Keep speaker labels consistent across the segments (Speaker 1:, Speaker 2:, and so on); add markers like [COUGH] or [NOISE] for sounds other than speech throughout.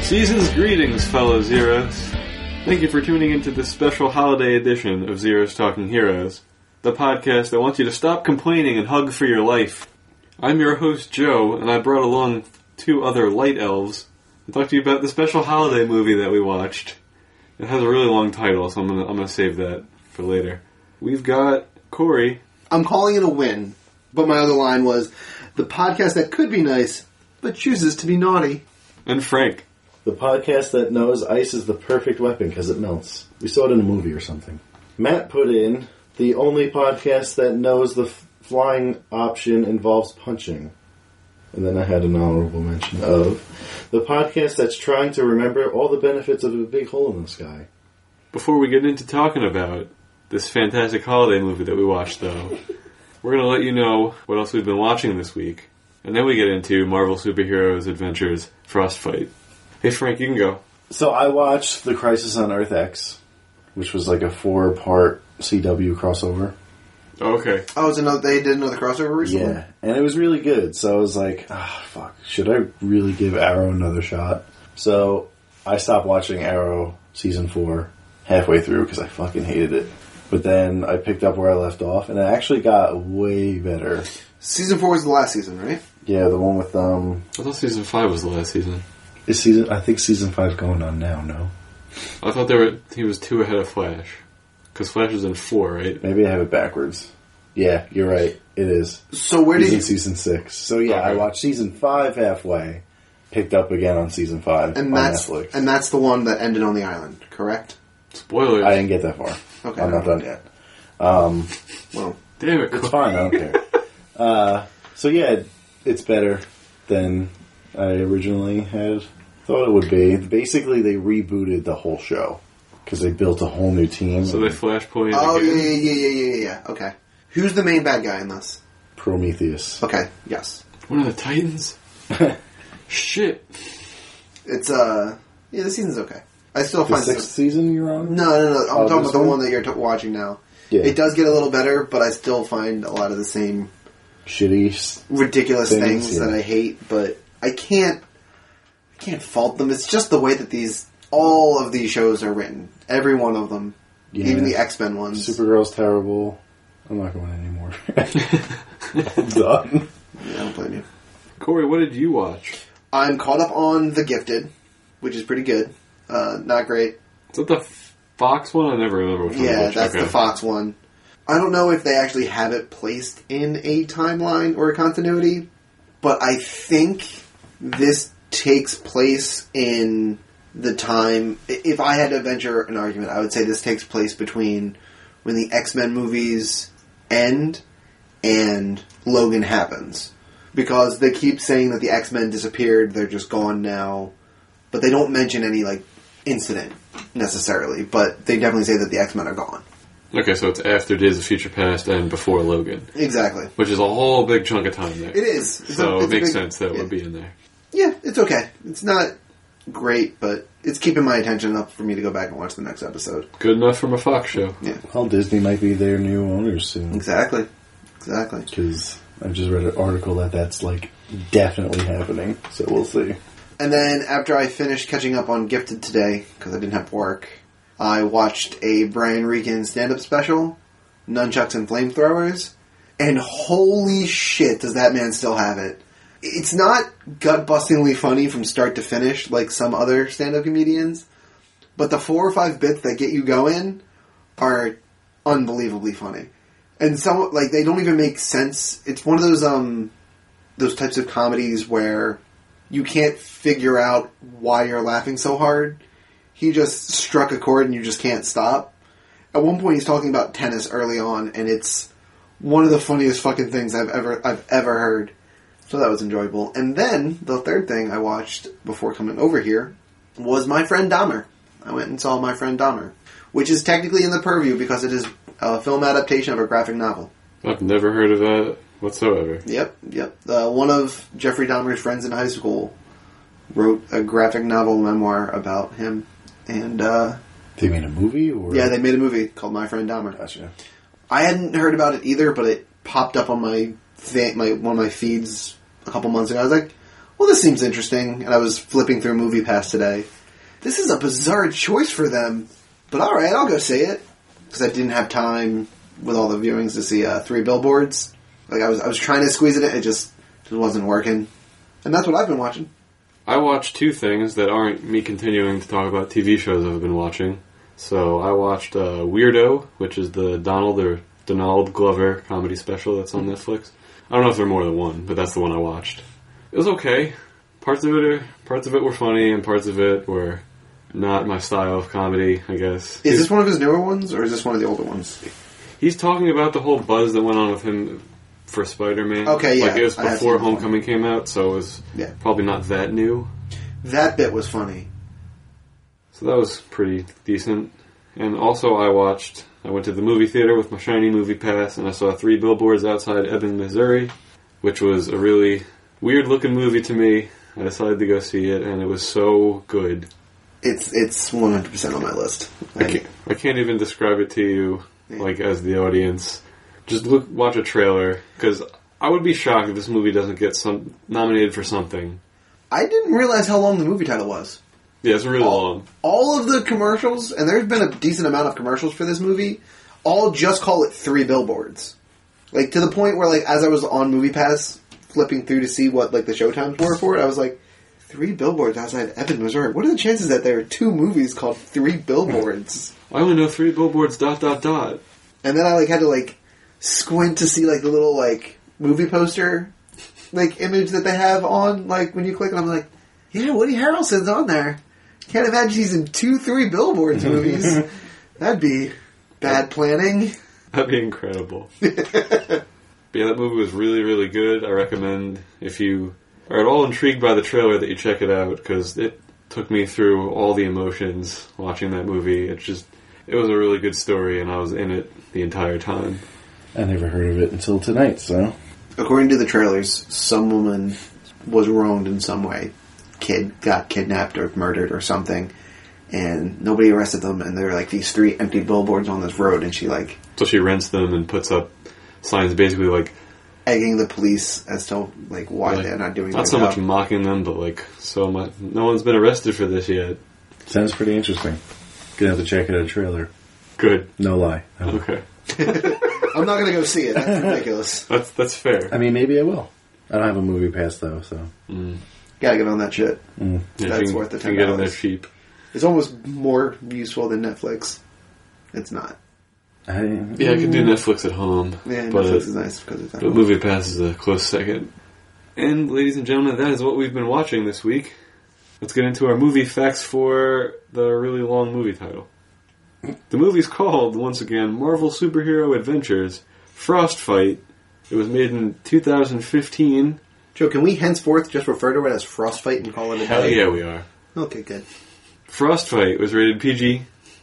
Speaker 1: Season's greetings, fellow Zeros. Thank you for tuning into this special holiday edition of Zeros Talking Heroes, the podcast that wants you to stop complaining and hug for your life. I'm your host, Joe, and I brought along two other light elves to talk to you about the special holiday movie that we watched. It has a really long title, so I'm gonna, I'm gonna save that for later. We've got Corey.
Speaker 2: I'm calling it a win, but my other line was the podcast that could be nice but chooses to be naughty.
Speaker 1: And Frank.
Speaker 3: The podcast that knows ice is the perfect weapon because it melts. We saw it in a movie or something. Matt put in the only podcast that knows the f- flying option involves punching. And then I had an honorable mention of the podcast that's trying to remember all the benefits of a big hole in the sky.
Speaker 1: Before we get into talking about this fantastic holiday movie that we watched, though, we're going to let you know what else we've been watching this week. And then we get into Marvel Superheroes Adventures Frostfight. Hey, Frank, you can go.
Speaker 3: So I watched The Crisis on Earth X, which was like a four part CW crossover.
Speaker 1: Oh, okay.
Speaker 2: Oh, it's another they did another crossover recently.
Speaker 3: Yeah, and it was really good. So I was like, ah, fuck, should I really give Arrow another shot? So I stopped watching Arrow season four halfway through because I fucking hated it. But then I picked up where I left off, and it actually got way better.
Speaker 2: Season four was the last season, right?
Speaker 3: Yeah, the one with um,
Speaker 1: I thought season 5 was the last season.
Speaker 3: is season I think season five going on now. No,
Speaker 1: I thought there were, he was two ahead of Flash. Because Flash is in 4, right?
Speaker 3: maybe I have it backwards. Yeah, you're right. It is.
Speaker 2: So where
Speaker 3: He's
Speaker 2: did
Speaker 3: in
Speaker 2: you,
Speaker 3: season six. So yeah, I
Speaker 1: Okay.
Speaker 3: watched season five halfway, picked up again on season five
Speaker 2: and
Speaker 3: on
Speaker 2: that's
Speaker 3: Netflix.
Speaker 2: and that's the one that ended on the island, correct?
Speaker 1: Spoilers.
Speaker 3: I didn't get that far.
Speaker 2: Okay.
Speaker 3: I'm not done yet.
Speaker 2: Well,
Speaker 1: Damn it.
Speaker 3: It's
Speaker 1: Cor-
Speaker 3: [LAUGHS] fine. I don't care. Uh, so yeah, it's better than I originally had thought it would be. Basically, they rebooted the whole show because they built a whole new team.
Speaker 1: So they flashpoint
Speaker 2: oh yeah,
Speaker 1: again.
Speaker 2: yeah, yeah, yeah, yeah, yeah. yeah. Okay, who's the main bad guy in this?
Speaker 3: Prometheus.
Speaker 2: Okay, yes,
Speaker 1: One of the
Speaker 3: [LAUGHS]
Speaker 1: Titans? Shit. [LAUGHS]
Speaker 2: it's uh, yeah, the season's okay. I still
Speaker 3: The
Speaker 2: find
Speaker 3: sixth season you're on.
Speaker 2: No, no, no. I'm
Speaker 3: Oh,
Speaker 2: talking
Speaker 3: this
Speaker 2: about the
Speaker 3: one?
Speaker 2: one that you're t- watching now.
Speaker 3: Yeah.
Speaker 2: It does get a little better, but I still find a lot of the same
Speaker 3: Shitty. s-
Speaker 2: ridiculous
Speaker 3: Things,
Speaker 2: things,
Speaker 3: yeah.
Speaker 2: that I hate, but I can't I can't fault them. It's just the way that these all of these shows are written. Every one of them.
Speaker 3: Yeah.
Speaker 2: Even the X Men ones.
Speaker 3: Supergirl's terrible. I'm not going anymore. [LAUGHS] I'm done.
Speaker 2: Yeah, I don't blame you.
Speaker 1: Corey, what did you watch?
Speaker 2: I'm caught up on The Gifted, which is pretty good. Uh, not great.
Speaker 1: Is that the F- Fox one? I never remember which one.
Speaker 2: Yeah,
Speaker 1: which.
Speaker 2: that's
Speaker 1: Okay.
Speaker 2: the Fox one. I don't know if they actually have it placed in a timeline or a continuity, but I think this takes place in the time. i- If I had to venture an argument, I would say this takes place between when the X Men movies end and Logan happens. Because they keep saying that the X Men disappeared, they're just gone now, but they don't mention any, like, incident necessarily, but they definitely say that the X Men are gone.
Speaker 1: Okay, so it's after Days of Future Past and before Logan,
Speaker 2: Exactly.
Speaker 1: which is a whole big chunk of time there.
Speaker 2: It is. It's
Speaker 1: so
Speaker 2: a- it's
Speaker 1: it
Speaker 2: a
Speaker 1: makes
Speaker 2: big-
Speaker 1: sense that it
Speaker 2: yeah.
Speaker 1: would be in there.
Speaker 2: Yeah, it's okay. It's not great, but it's keeping my attention up for me to go back and watch the next episode.
Speaker 1: Good enough from a Fox show.
Speaker 2: Yeah,
Speaker 3: Well, Disney might be their new owners soon.
Speaker 2: exactly. Exactly.
Speaker 3: because I just read an article that that's like definitely happening. So we'll see.
Speaker 2: And then after I finished catching up on Gifted today, because I didn't have work, I watched a Brian Regan stand up special, Nunchucks and Flamethrowers, and holy shit, does that man still have it! It's not gut bustingly funny from start to finish like some other stand up comedians, but the four or five bits that get you going are unbelievably funny. And some, like, they don't even make sense. It's one of those, um, those types of comedies where you can't figure out why you're laughing so hard. He just struck a chord and you just can't stop. At one point, he's talking about tennis early on, and it's one of the funniest fucking things I've ever I've ever heard. So that was enjoyable. And then the third thing I watched before coming over here was my friend Dahmer. I went and saw my friend Dahmer, which is technically in the purview because it is a film adaptation of a graphic novel.
Speaker 1: I've never heard of that whatsoever.
Speaker 2: Yep, yep. Uh, one of Jeffrey Dahmer's friends in high school wrote a graphic novel memoir about him, and uh,
Speaker 3: They made a movie, or
Speaker 2: yeah, they made a movie called My Friend Dahmer.
Speaker 3: gotcha.
Speaker 2: I hadn't heard about it either, but it popped up on my th- my one of my feeds a couple months ago. I was like, well, this seems interesting, and I was flipping through Movie Pass today. This is a bizarre choice for them, but all right, I'll go see it because I didn't have time with all the viewings to see uh, Three Billboards. Like I was, I was trying to squeeze it in, it just just wasn't working, and that's what I've been watching.
Speaker 1: I watched two things that aren't me continuing to talk about TV shows I've been watching. So I watched uh, Weirdo, which is the Donald or Donald Glover comedy special that's on Netflix. I don't know if there are more than one, but that's the one I watched. It was okay. Parts of it are, parts of it were funny, and parts of it were not my style of comedy. I guess
Speaker 2: Is this one of his newer ones, or is this one of the older ones?
Speaker 1: he's talking about the whole buzz that went on with him for Spider-Man.
Speaker 2: Okay, yeah,
Speaker 1: like it was
Speaker 2: I have
Speaker 1: before
Speaker 2: seen that one.
Speaker 1: Homecoming came out, so it was
Speaker 2: Yeah.
Speaker 1: probably not that new.
Speaker 2: That bit was funny.
Speaker 1: So that was pretty decent. And also, I watched. I went to the movie theater with my shiny movie pass, and I saw Three Billboards Outside Ebbing, Missouri, which was a really weird-looking movie to me. I decided to go see it, and it was so good.
Speaker 2: It's it's one hundred percent on my list.
Speaker 1: I can't, I can't even describe it to you,
Speaker 2: Yeah.
Speaker 1: like as the audience. Just look, watch a trailer, because I would be shocked if this movie doesn't get some nominated for something.
Speaker 2: I didn't realize how long the movie title was.
Speaker 1: Yeah, it's really long.
Speaker 2: All of the commercials, and there's been a decent amount of commercials for this movie, all just call it three billboards. Like to the point where, like, as I was on Movie Pass flipping through to see what like the showtimes were for it, I was like, three billboards outside Ebbing, Missouri. What are the chances that there are two movies called Three Billboards?
Speaker 1: I only know Three Billboards. Dot dot dot.
Speaker 2: and then I like had to like squint to see like the little like movie poster like image that they have on like when you click and I'm like, yeah, Woody Harrelson's on there. Can't imagine he's in two, three billboards [LAUGHS] movies. That'd be bad planning.
Speaker 1: That'd be
Speaker 2: [LAUGHS]
Speaker 1: incredible. but yeah, that movie was really, really good. I recommend if you are at all intrigued by the trailer that you check it out because it took me through all the emotions watching that movie. It's just, it was a really good story, and I was in it the entire time.
Speaker 3: I never heard of it until tonight, so.
Speaker 2: According to the trailers, some woman was wronged in some way. Kid got kidnapped or murdered or something, and nobody arrested them. And there were like these three empty billboards on this road, and she like
Speaker 1: So she rents them and puts up signs, basically like
Speaker 2: egging the police as to like why
Speaker 1: Like,
Speaker 2: they're not doing.
Speaker 1: not
Speaker 2: their
Speaker 1: so
Speaker 2: job.
Speaker 1: much mocking them, but like so much. No one's been arrested for this yet.
Speaker 3: Sounds pretty interesting. Gonna have to check out a trailer.
Speaker 1: Good.
Speaker 3: No lie. I-
Speaker 1: Okay,
Speaker 2: I'm not gonna go see it. That's ridiculous.
Speaker 1: that's that's
Speaker 3: I
Speaker 1: fair.
Speaker 3: mean, maybe I will. I don't have a movie pass though, so.
Speaker 2: [LAUGHS] Gotta get on that shit.
Speaker 1: Yeah,
Speaker 2: That's
Speaker 1: you can-
Speaker 2: worth the
Speaker 1: you can get in there
Speaker 2: $10.
Speaker 1: cheap.
Speaker 2: It's almost more useful than Netflix. It's not.
Speaker 3: I,
Speaker 1: Yeah, I could do Netflix at home.
Speaker 2: Mm. Yeah,
Speaker 1: but-
Speaker 2: Netflix is nice because of that.
Speaker 1: But Movie Pass is a close second. And, ladies and gentlemen, that is what we've been watching this week. Let's get into our movie facts for the really long movie title. The movie's called, once again, Marvel Superhero Adventures Frost Fight. It was made in 2015.
Speaker 2: Joe, can we henceforth just refer to it as Frostfight and call it a
Speaker 1: Hell
Speaker 2: day?
Speaker 1: yeah, we are.
Speaker 2: Okay, good.
Speaker 1: Frost Fight was rated PG,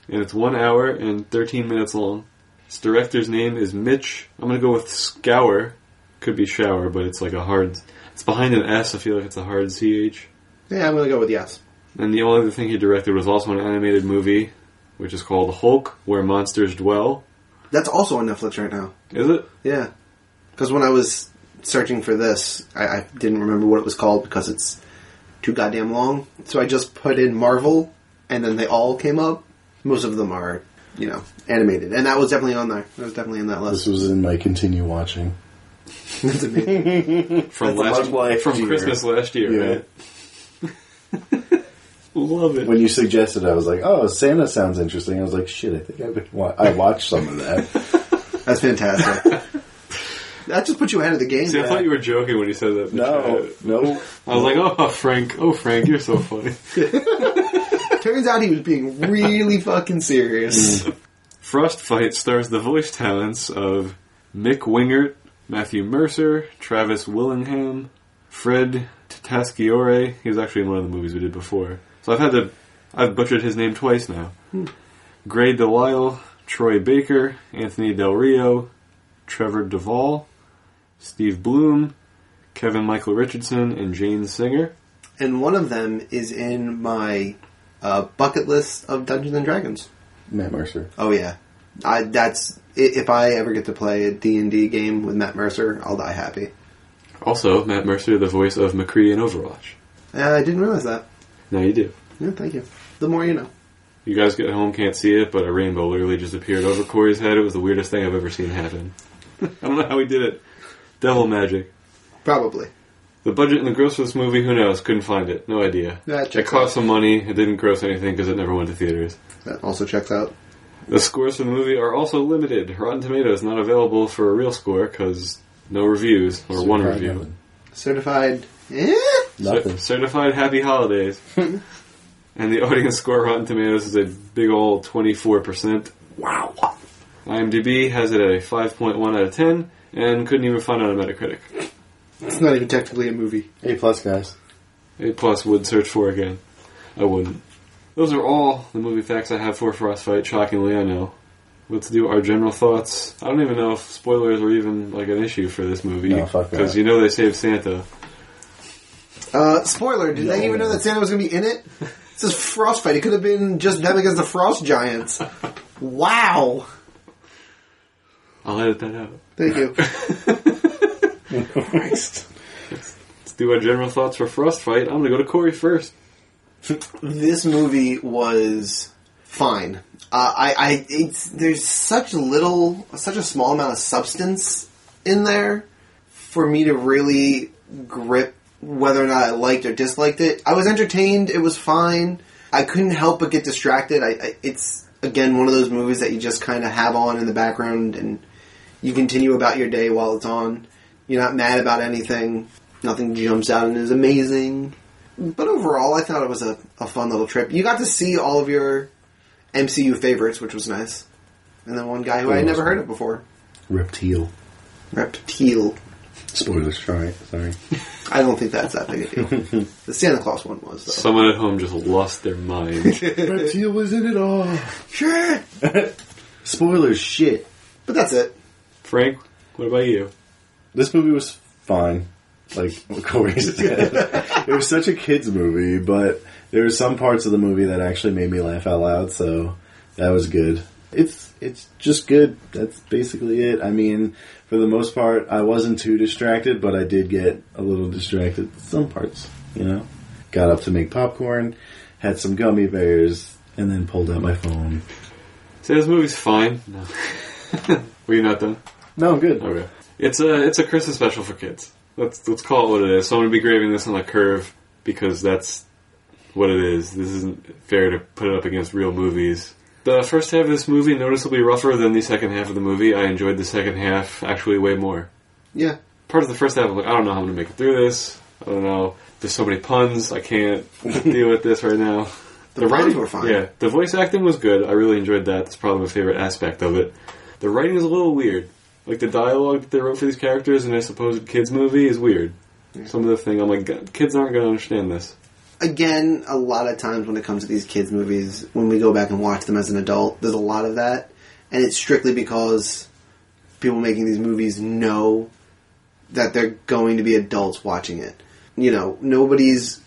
Speaker 1: and it's one hour and 13 minutes long. Its director's name is Mitch. I'm gonna go with Scour. Could be Shower, but it's like a hard. It's behind an S. I feel like it's a hard CH.
Speaker 2: Yeah, I'm gonna go with yes.
Speaker 1: And the only other thing he directed was also an animated movie, which is called Hulk, Where Monsters Dwell.
Speaker 2: That's also on Netflix right now.
Speaker 1: Is it?
Speaker 2: Yeah, because when I was searching for this, I, I didn't remember what it was called because it's too goddamn long. So I just put in Marvel, and then they all came up. Most of them are, you know, animated, and that was definitely on there. That was definitely in that
Speaker 3: This
Speaker 2: list.
Speaker 3: was in my continue watching.
Speaker 2: That's amazing.
Speaker 1: From
Speaker 3: That's
Speaker 1: last
Speaker 3: much like
Speaker 1: from
Speaker 3: year.
Speaker 1: Christmas last year,
Speaker 3: Yeah.
Speaker 1: right? Love it.
Speaker 3: When you suggested, I was like, "Oh, Santa sounds interesting." I was like, "Shit, I think I've been wa- I watched some
Speaker 1: [LAUGHS]
Speaker 3: of that."
Speaker 2: That's fantastic. that just put you ahead of the game.
Speaker 1: See, I
Speaker 2: man.
Speaker 1: thought you were joking when you said that.
Speaker 3: no, no,
Speaker 1: I was like, oh, Frank. Oh, Frank, you're so funny.
Speaker 2: Turns out he was being
Speaker 1: [LAUGHS]
Speaker 2: really fucking serious.
Speaker 1: Mm. Frost Fight stars the voice talents of Mick Wingert, Matthew Mercer, Travis Willingham, Fred Taschiore. He was actually in one of the movies we did before. So I've had to, I've butchered his name twice now. Gray Delisle, Troy Baker, Anthony Del Rio, Trevor Duvall, Steve Bloom, Kevin Michael Richardson, and Jane Singer.
Speaker 2: and one of them is in my uh, bucket list of Dungeons and Dragons.
Speaker 3: Matt Mercer.
Speaker 2: Oh yeah, I that's i- if I ever get to play a D and D game with Matt Mercer, I'll die happy.
Speaker 1: Also, Matt Mercer, the voice of McCree in Overwatch.
Speaker 2: Uh, I didn't realize that.
Speaker 1: Now you do.
Speaker 2: Yeah, thank you. The more you know.
Speaker 1: You guys get home, can't see it, but a rainbow literally just appeared over Corey's head. It was the weirdest thing I've ever seen happen. [LAUGHS] I don't know how he did it. Devil magic.
Speaker 2: Probably.
Speaker 1: The budget and the gross for this movie, who knows? Couldn't find it. No idea.
Speaker 2: That
Speaker 1: It
Speaker 2: checks out.
Speaker 1: cost some money. It didn't gross anything because it never went to theaters.
Speaker 2: That also checks out.
Speaker 1: The scores for the movie are also limited. Rotten Tomatoes not available for a real score because no reviews or one
Speaker 3: Surprise,
Speaker 1: review.
Speaker 3: nothing.
Speaker 2: Certified. Eh?
Speaker 1: Cer-
Speaker 3: Nothing.
Speaker 1: certified Happy Holidays. and the audience score Rotten Tomatoes is a big old twenty four percent. Wow. IMDb has it at a five point one out of ten, and couldn't even find it on Metacritic.
Speaker 2: It's not even technically a movie.
Speaker 3: A plus,
Speaker 1: [LAUGHS]
Speaker 3: guys.
Speaker 1: A plus would search for again. I wouldn't. Those are all the movie facts I have for Frostfight. Shockingly, I know. Let's do our general thoughts. I don't even know if spoilers are even like an issue for this movie
Speaker 3: No, fuck that.
Speaker 1: you know they saved Santa.
Speaker 2: Uh, spoiler, did they
Speaker 3: No.
Speaker 2: even know that Santa was going to be in it? This is Frostfight. It could have been just them against the Frost Giants. Wow.
Speaker 1: I'll edit that out.
Speaker 2: Thank you.
Speaker 3: Christ.
Speaker 1: Let's do our general thoughts for Frostfight. I'm gonna go to Corey first.
Speaker 2: this movie was fine. Uh, I, I, it's there's such little, such a small amount of substance in there for me to really grip whether or not I liked or disliked it. I was entertained. It was fine. I couldn't help but get distracted. I, I it's again one of those movies that you just kind of have on in the background and you continue about your day while it's on. You're not mad about anything. Nothing jumps out and is amazing. But overall, I thought it was a, a fun little trip. You got to see all of your MCU favorites, which was nice. And then one guy who I had never heard of before,
Speaker 3: Reptile.
Speaker 2: Reptile.
Speaker 3: Spoilers. Sorry. Sorry.
Speaker 2: I don't think that's that big a [LAUGHS] deal. the Santa Claus one was, though.
Speaker 1: Someone at home just lost their
Speaker 3: [LAUGHS]
Speaker 1: mind.
Speaker 3: Reptile was in it all.
Speaker 2: Sure!
Speaker 3: Spoilers. Shit.
Speaker 2: But that's it.
Speaker 1: Frank, what about you?
Speaker 3: This movie was fine. Like [LAUGHS] what Corey
Speaker 1: [LAUGHS]
Speaker 3: said, it was such a kids' movie, but there were some parts of the movie that actually made me laugh out loud. So that was good. It's it's just good. That's basically it. I mean, for the most part, I wasn't too distracted, but I did get a little distracted. Some parts, you know, got up to make popcorn, had some gummy bears, and then pulled out my phone.
Speaker 1: Say this movie's fine. No. [LAUGHS] Were you not done?
Speaker 3: No, I'm good.
Speaker 1: Okay. It's a it's a Christmas special for kids. Let's let's call it what it is. So I'm gonna be grading this on a curve because that's what it is. This isn't fair to put it up against real movies. The first half of this movie noticeably rougher than the second half of the movie. I enjoyed the second half actually way more.
Speaker 2: Yeah.
Speaker 1: Part of the first half, I'm like, I don't know how I'm gonna make it through this. I don't know. There's so many puns. I can't [LAUGHS] deal with this right now.
Speaker 2: The, puns were fine.
Speaker 1: Yeah, the voice acting was good. I really enjoyed that. That's probably my favorite aspect of it. The writing is a little weird. Like the dialogue that they wrote for these characters in a supposed kids movie is weird. Some of the thing I'm like, "God, kids aren't going to understand this.
Speaker 2: Again, a lot of times when it comes to these kids' movies, when we go back and watch them as an adult, there's a lot of that. And it's strictly because people making these movies know that they're going to be adults watching it. You know, nobody's.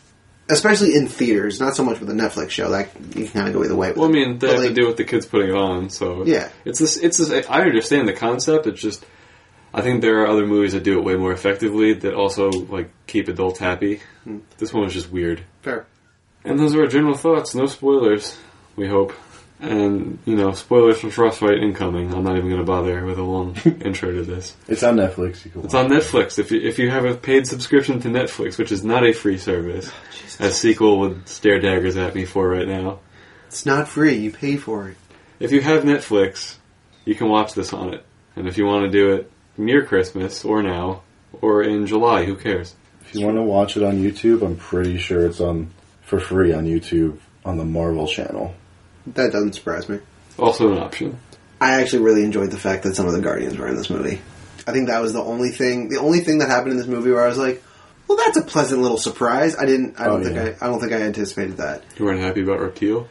Speaker 2: Especially in theaters, not so much with a Netflix show. That you can kind of go either way. With
Speaker 1: Well, I
Speaker 2: it.
Speaker 1: mean, they
Speaker 2: But,
Speaker 1: have to
Speaker 2: like,
Speaker 1: do with the kids putting it on, so
Speaker 2: Yeah.
Speaker 1: It's this. It's this. I understand the concept. It's just, I think there are other movies that do it way more effectively that also like keep adults happy.
Speaker 2: Hmm.
Speaker 1: This one was just weird.
Speaker 2: Fair.
Speaker 1: And those are our general thoughts. No spoilers, we hope. And, you know, spoilers for Frostbite incoming. I'm not even going to bother with a
Speaker 2: [LAUGHS]
Speaker 1: long intro to this.
Speaker 3: It's on Netflix. You can
Speaker 1: It's
Speaker 3: watch
Speaker 1: on
Speaker 3: it.
Speaker 1: Netflix. If you, if you have a paid subscription to Netflix, which is not a free service, as sequel would stare daggers at me for right now.
Speaker 2: It's not free. You pay for it.
Speaker 1: If you have Netflix, you can watch this on it. And if you want to do it near Christmas or now or in July, who cares?
Speaker 3: If you want to watch it on YouTube, I'm pretty sure it's on for free on YouTube on the Marvel channel.
Speaker 2: That doesn't surprise me.
Speaker 1: Also an option.
Speaker 2: I actually really enjoyed the fact that some of the Guardians were in this movie. I think that was the only thing, the only thing that happened in this movie where I was like, "Well, that's a pleasant little surprise." I didn't. I don't
Speaker 3: Oh,
Speaker 2: think
Speaker 3: yeah.
Speaker 2: I. I don't think I anticipated that.
Speaker 1: You weren't happy about Reptile?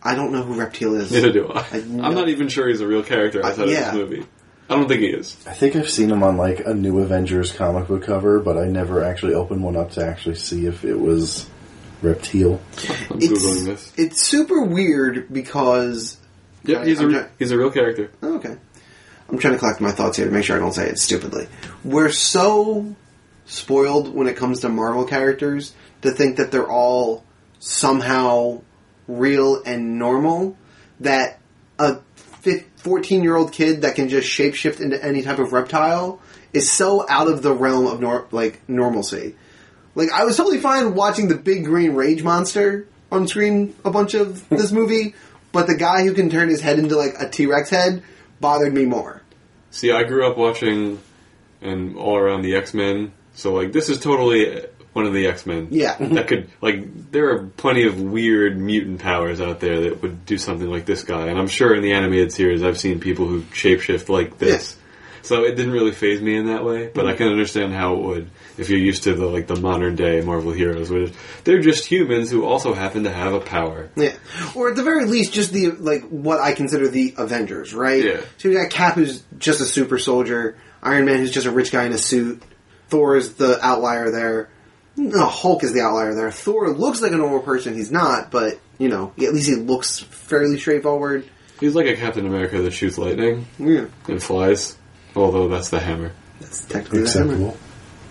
Speaker 2: I don't know who Reptile
Speaker 3: [LAUGHS]
Speaker 2: is.
Speaker 1: Neither do I.
Speaker 2: I know-
Speaker 1: I'm not even sure he's a real character outside
Speaker 2: yeah.
Speaker 1: of this movie. I don't think he is.
Speaker 3: I think I've seen him on like a new Avengers comic book cover, but I never actually opened one up to actually see if it was Reptile.
Speaker 1: I'm googling
Speaker 2: It's
Speaker 1: this.
Speaker 2: it's super weird because
Speaker 1: Yeah, he's a
Speaker 2: I'm
Speaker 1: re-
Speaker 2: try-
Speaker 1: he's a real character.
Speaker 2: Oh, okay. I'm trying to collect my thoughts here to make sure I don't say it stupidly. We're so spoiled when it comes to Marvel characters to think that they're all somehow real and normal. That a 14 year old kid that can just shapeshift into any type of reptile is so out of the realm of nor- like normalcy. Like I was totally fine watching the big green rage monster on screen a bunch [LAUGHS] of this movie, but the guy who can turn his head into like a T Rex head bothered me more.
Speaker 1: See, I grew up watching and all around the X Men, so like this is totally one of the X Men.
Speaker 2: Yeah.
Speaker 1: [LAUGHS] that could like there are plenty of weird mutant powers out there that would do something like this guy, and I'm sure in the animated series I've seen people who shapeshift like this. So it didn't really phase me in that way, but I can understand how it would if you're used to the like the modern day Marvel heroes, which they're just humans who also happen to have a power.
Speaker 2: Yeah, or at the very least, just the like what I consider the Avengers, right?
Speaker 1: Yeah.
Speaker 2: So you got Cap, who's just a super soldier. Iron Man, who's just a rich guy in a suit. Thor is the outlier there. No, Hulk is the outlier there. Thor looks like a normal person. He's not, but you know, at least he looks fairly straightforward.
Speaker 1: He's like a Captain America that shoots lightning
Speaker 2: Yeah,
Speaker 1: and flies, although that's the hammer.
Speaker 2: that's technically the hammer.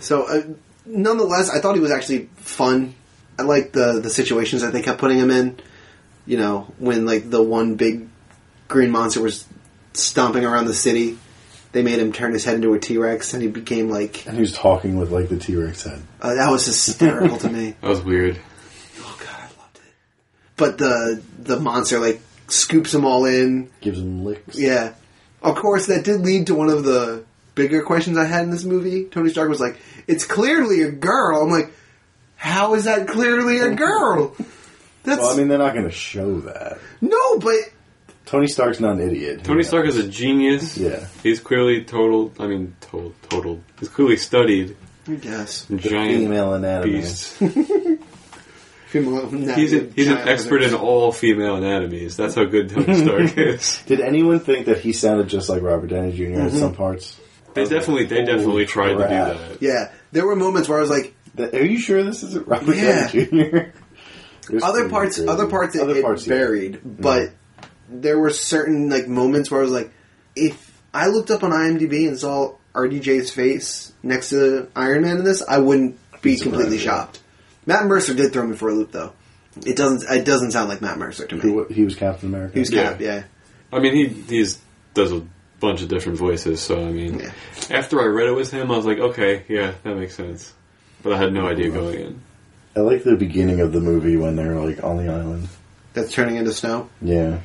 Speaker 2: So, uh, nonetheless, I thought he was actually fun. I like the the situations that they kept putting him in. You know, when like the one big green monster was stomping around the city, they made him turn his head into a T Rex, and he became like
Speaker 3: And he was talking with like the T Rex head.
Speaker 2: uh, that was hysterical to me.
Speaker 1: That was weird.
Speaker 2: [LAUGHS] Oh god, I loved it. But the the monster like scoops them all in.
Speaker 3: Gives him licks.
Speaker 2: Yeah. Of course, that did lead to one of the bigger questions I had in this movie. Tony Stark was like, "It's clearly a girl." I'm like, "How is that clearly a girl?" That's
Speaker 3: Well, I mean, they're not going to show that.
Speaker 2: no, but
Speaker 3: Tony Stark's not an idiot.
Speaker 1: Tony Stark is a genius.
Speaker 3: Yeah.
Speaker 1: He's clearly total. I mean, total. total he's clearly studied.
Speaker 2: I guess
Speaker 1: giant
Speaker 3: female anatomy.
Speaker 1: beast.
Speaker 2: female. not
Speaker 1: he's a,
Speaker 2: good
Speaker 1: he's an
Speaker 2: giant
Speaker 1: expert in
Speaker 2: others.
Speaker 1: all female anatomies. That's how good Tony Stark
Speaker 3: [LAUGHS]
Speaker 1: is.
Speaker 3: Did anyone think that he sounded just like Robert Downey junior at some parts?
Speaker 1: They definitely they definitely
Speaker 3: Holy
Speaker 1: tried to do
Speaker 3: crap.
Speaker 1: that.
Speaker 2: Yeah, there were moments where I was like,
Speaker 3: That- are you sure this isn't Robert
Speaker 2: Yeah.
Speaker 3: Downey Jr.? [LAUGHS] There's
Speaker 2: other
Speaker 3: some
Speaker 2: parts,
Speaker 3: crazy-
Speaker 2: other parts, it, it
Speaker 3: parts, yeah. Mm-hmm.
Speaker 2: buried, but there were certain like moments where I was like, if I looked up on IMDb and saw RDJ's face next to Iron Man in this, I wouldn't be
Speaker 3: surprised,
Speaker 2: completely
Speaker 3: yeah.
Speaker 2: shocked. Matt Mercer did throw me for a loop, though. It doesn't. It doesn't sound like Matt Mercer to
Speaker 3: He
Speaker 2: me.
Speaker 3: wa- He was Captain America.
Speaker 2: He was
Speaker 1: Yeah.
Speaker 2: Cap, yeah.
Speaker 1: I mean, he he's does a bunch of different voices. So I mean,
Speaker 2: Yeah.
Speaker 1: after I read it was him, I was like, okay, yeah, that makes sense. But I had no idea going in.
Speaker 3: I like the beginning of the movie when they're like on the island.
Speaker 2: That's turning into snow.
Speaker 3: Yeah,